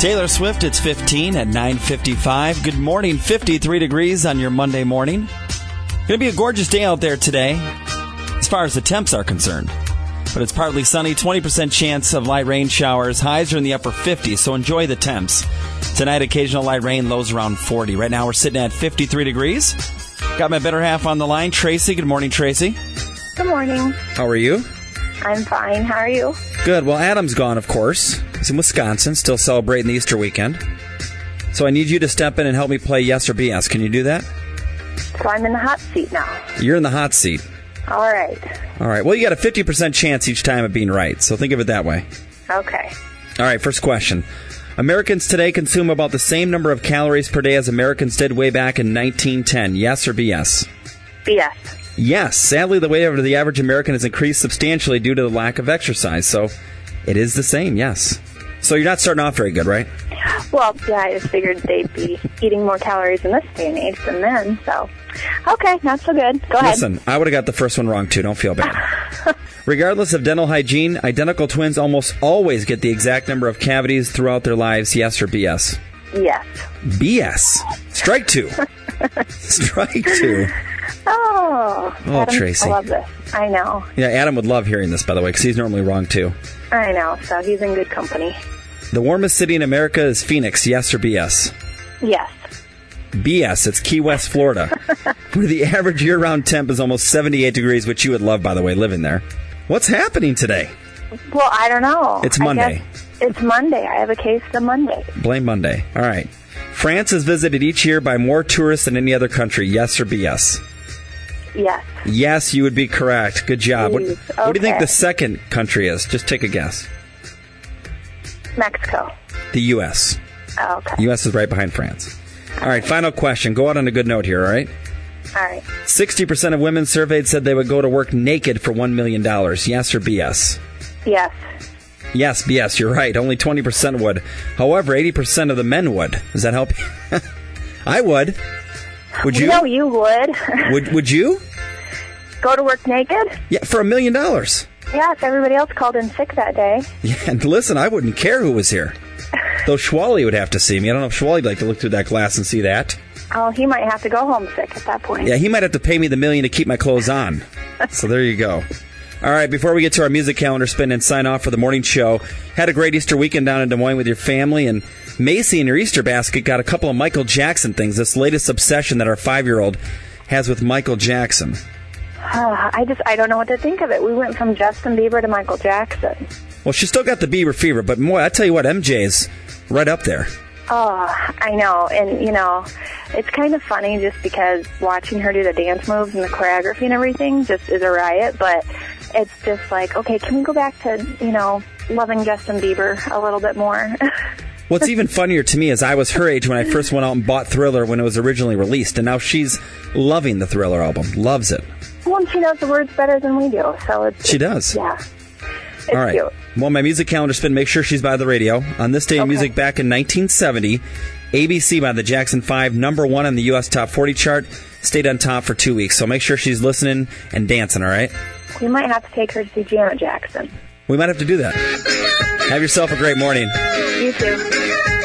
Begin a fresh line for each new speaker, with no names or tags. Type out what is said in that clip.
Taylor Swift, it's 15 at 9.55. Good morning, 53 degrees on your Monday morning. Gonna be a gorgeous day out there today, as far as the temps are concerned. But it's partly sunny, 20% chance of light rain showers. Highs are in the upper 50s, so enjoy the temps. Tonight, occasional light rain, lows around 40. Right now, we're sitting at 53 degrees. Got my better half on the line, Tracy. Good morning, Tracy.
Good morning.
How are you?
I'm fine. How are you?
Good. Well, Adam's gone, of course. He's in Wisconsin, still celebrating the Easter weekend. So I need you to step in and help me play yes or BS. Can you do that?
So I'm in the hot seat now.
You're in the hot seat.
All right.
All right. Well, you got a 50% chance each time of being right. So think of it that way.
Okay.
All right, first question. Americans today consume about the same number of calories per day as Americans did way back in 1910. Yes or BS?
BS.
Yes, sadly, the weight of the average American has increased substantially due to the lack of exercise. So it is the same, yes. So you're not starting off very good, right?
Well, yeah, I just figured they'd be eating more calories in this day and age than then. So, okay, not so good. Go ahead.
Listen, I would have got the first one wrong too. Don't feel bad. Regardless of dental hygiene, identical twins almost always get the exact number of cavities throughout their lives. Yes or BS?
Yes.
BS. Strike two. Strike two.
Oh.
Oh,
Adam,
Tracy.
I love this. I know.
Yeah, Adam would love hearing this, by the way, because he's normally wrong too.
I know. So he's in good company.
The warmest city in America is Phoenix. Yes or BS?
Yes.
BS. It's Key West, Florida, where the average year round temp is almost 78 degrees, which you would love, by the way, living there. What's happening today?
Well, I don't know.
It's
I
Monday.
guess It's Monday. I have a case the Monday.
Blame Monday. All right. France is visited each year by more tourists than any other country. Yes or BS?
Yes.
Yes, you would be correct. Good job. What,
Jeez,
what do you think
okay.
the second country is? Just take a guess.
Mexico.
The U.S.
Oh, okay.
U.S. is right behind France. All right, final question. Go out on a good note here, all right?
All right.
60% of women surveyed said they would go to work naked for $1 million. Yes or BS?
Yes.
Yes, BS, you're right. Only 20% would. However, 80% of the men would. Does that help? you? I would. Would you?
No, you would.
Would, would you?
Go to work naked?
Yeah, for a million dollars.
Yeah, if everybody else called in sick that day.
Yeah, and listen, I wouldn't care who was here. Though Schwally would have to see me. I don't know if Schwally'd like to look through that glass and see that.
Oh, he might have to go home sick at that point.
Yeah, he might have to pay me the million to keep my clothes on. So there you go. All right, before we get to our music calendar spin and sign off for the morning show, had a great Easter weekend down in Des Moines with your family, and Macy in your Easter basket got a couple of Michael Jackson things, this latest obsession that our five year old has with Michael Jackson.
Ah, I just, I don't know what to think of it. We went from Justin Bieber to Michael Jackson.
Well, she's still got the Bieber fever, but boy, I tell you what, MJ's right up there.
Oh, I know. And, you know, it's kind of funny just because watching her do the dance moves and the choreography and everything just is a riot. But it's just like, okay, can we go back to, you know, loving Justin Bieber a little bit more?
What's even funnier to me is I was her age when I first went out and bought Thriller when it was originally released, and now she's loving the Thriller album, loves it.
well, and she knows the words better than we do. So it's,
She does.
yeah. It's
All right.
cute.
Well, my music calendar spin, make sure she's by the radio. On this day in
Okay.
music back in 1970, ABC by the Jackson 5, number one on the U.S. Top 40 chart, stayed on top for two weeks. So make sure she's listening and dancing, all right?
We might have to take her to see Janet Jackson.
We might have to do that. Have yourself a great morning.
You too.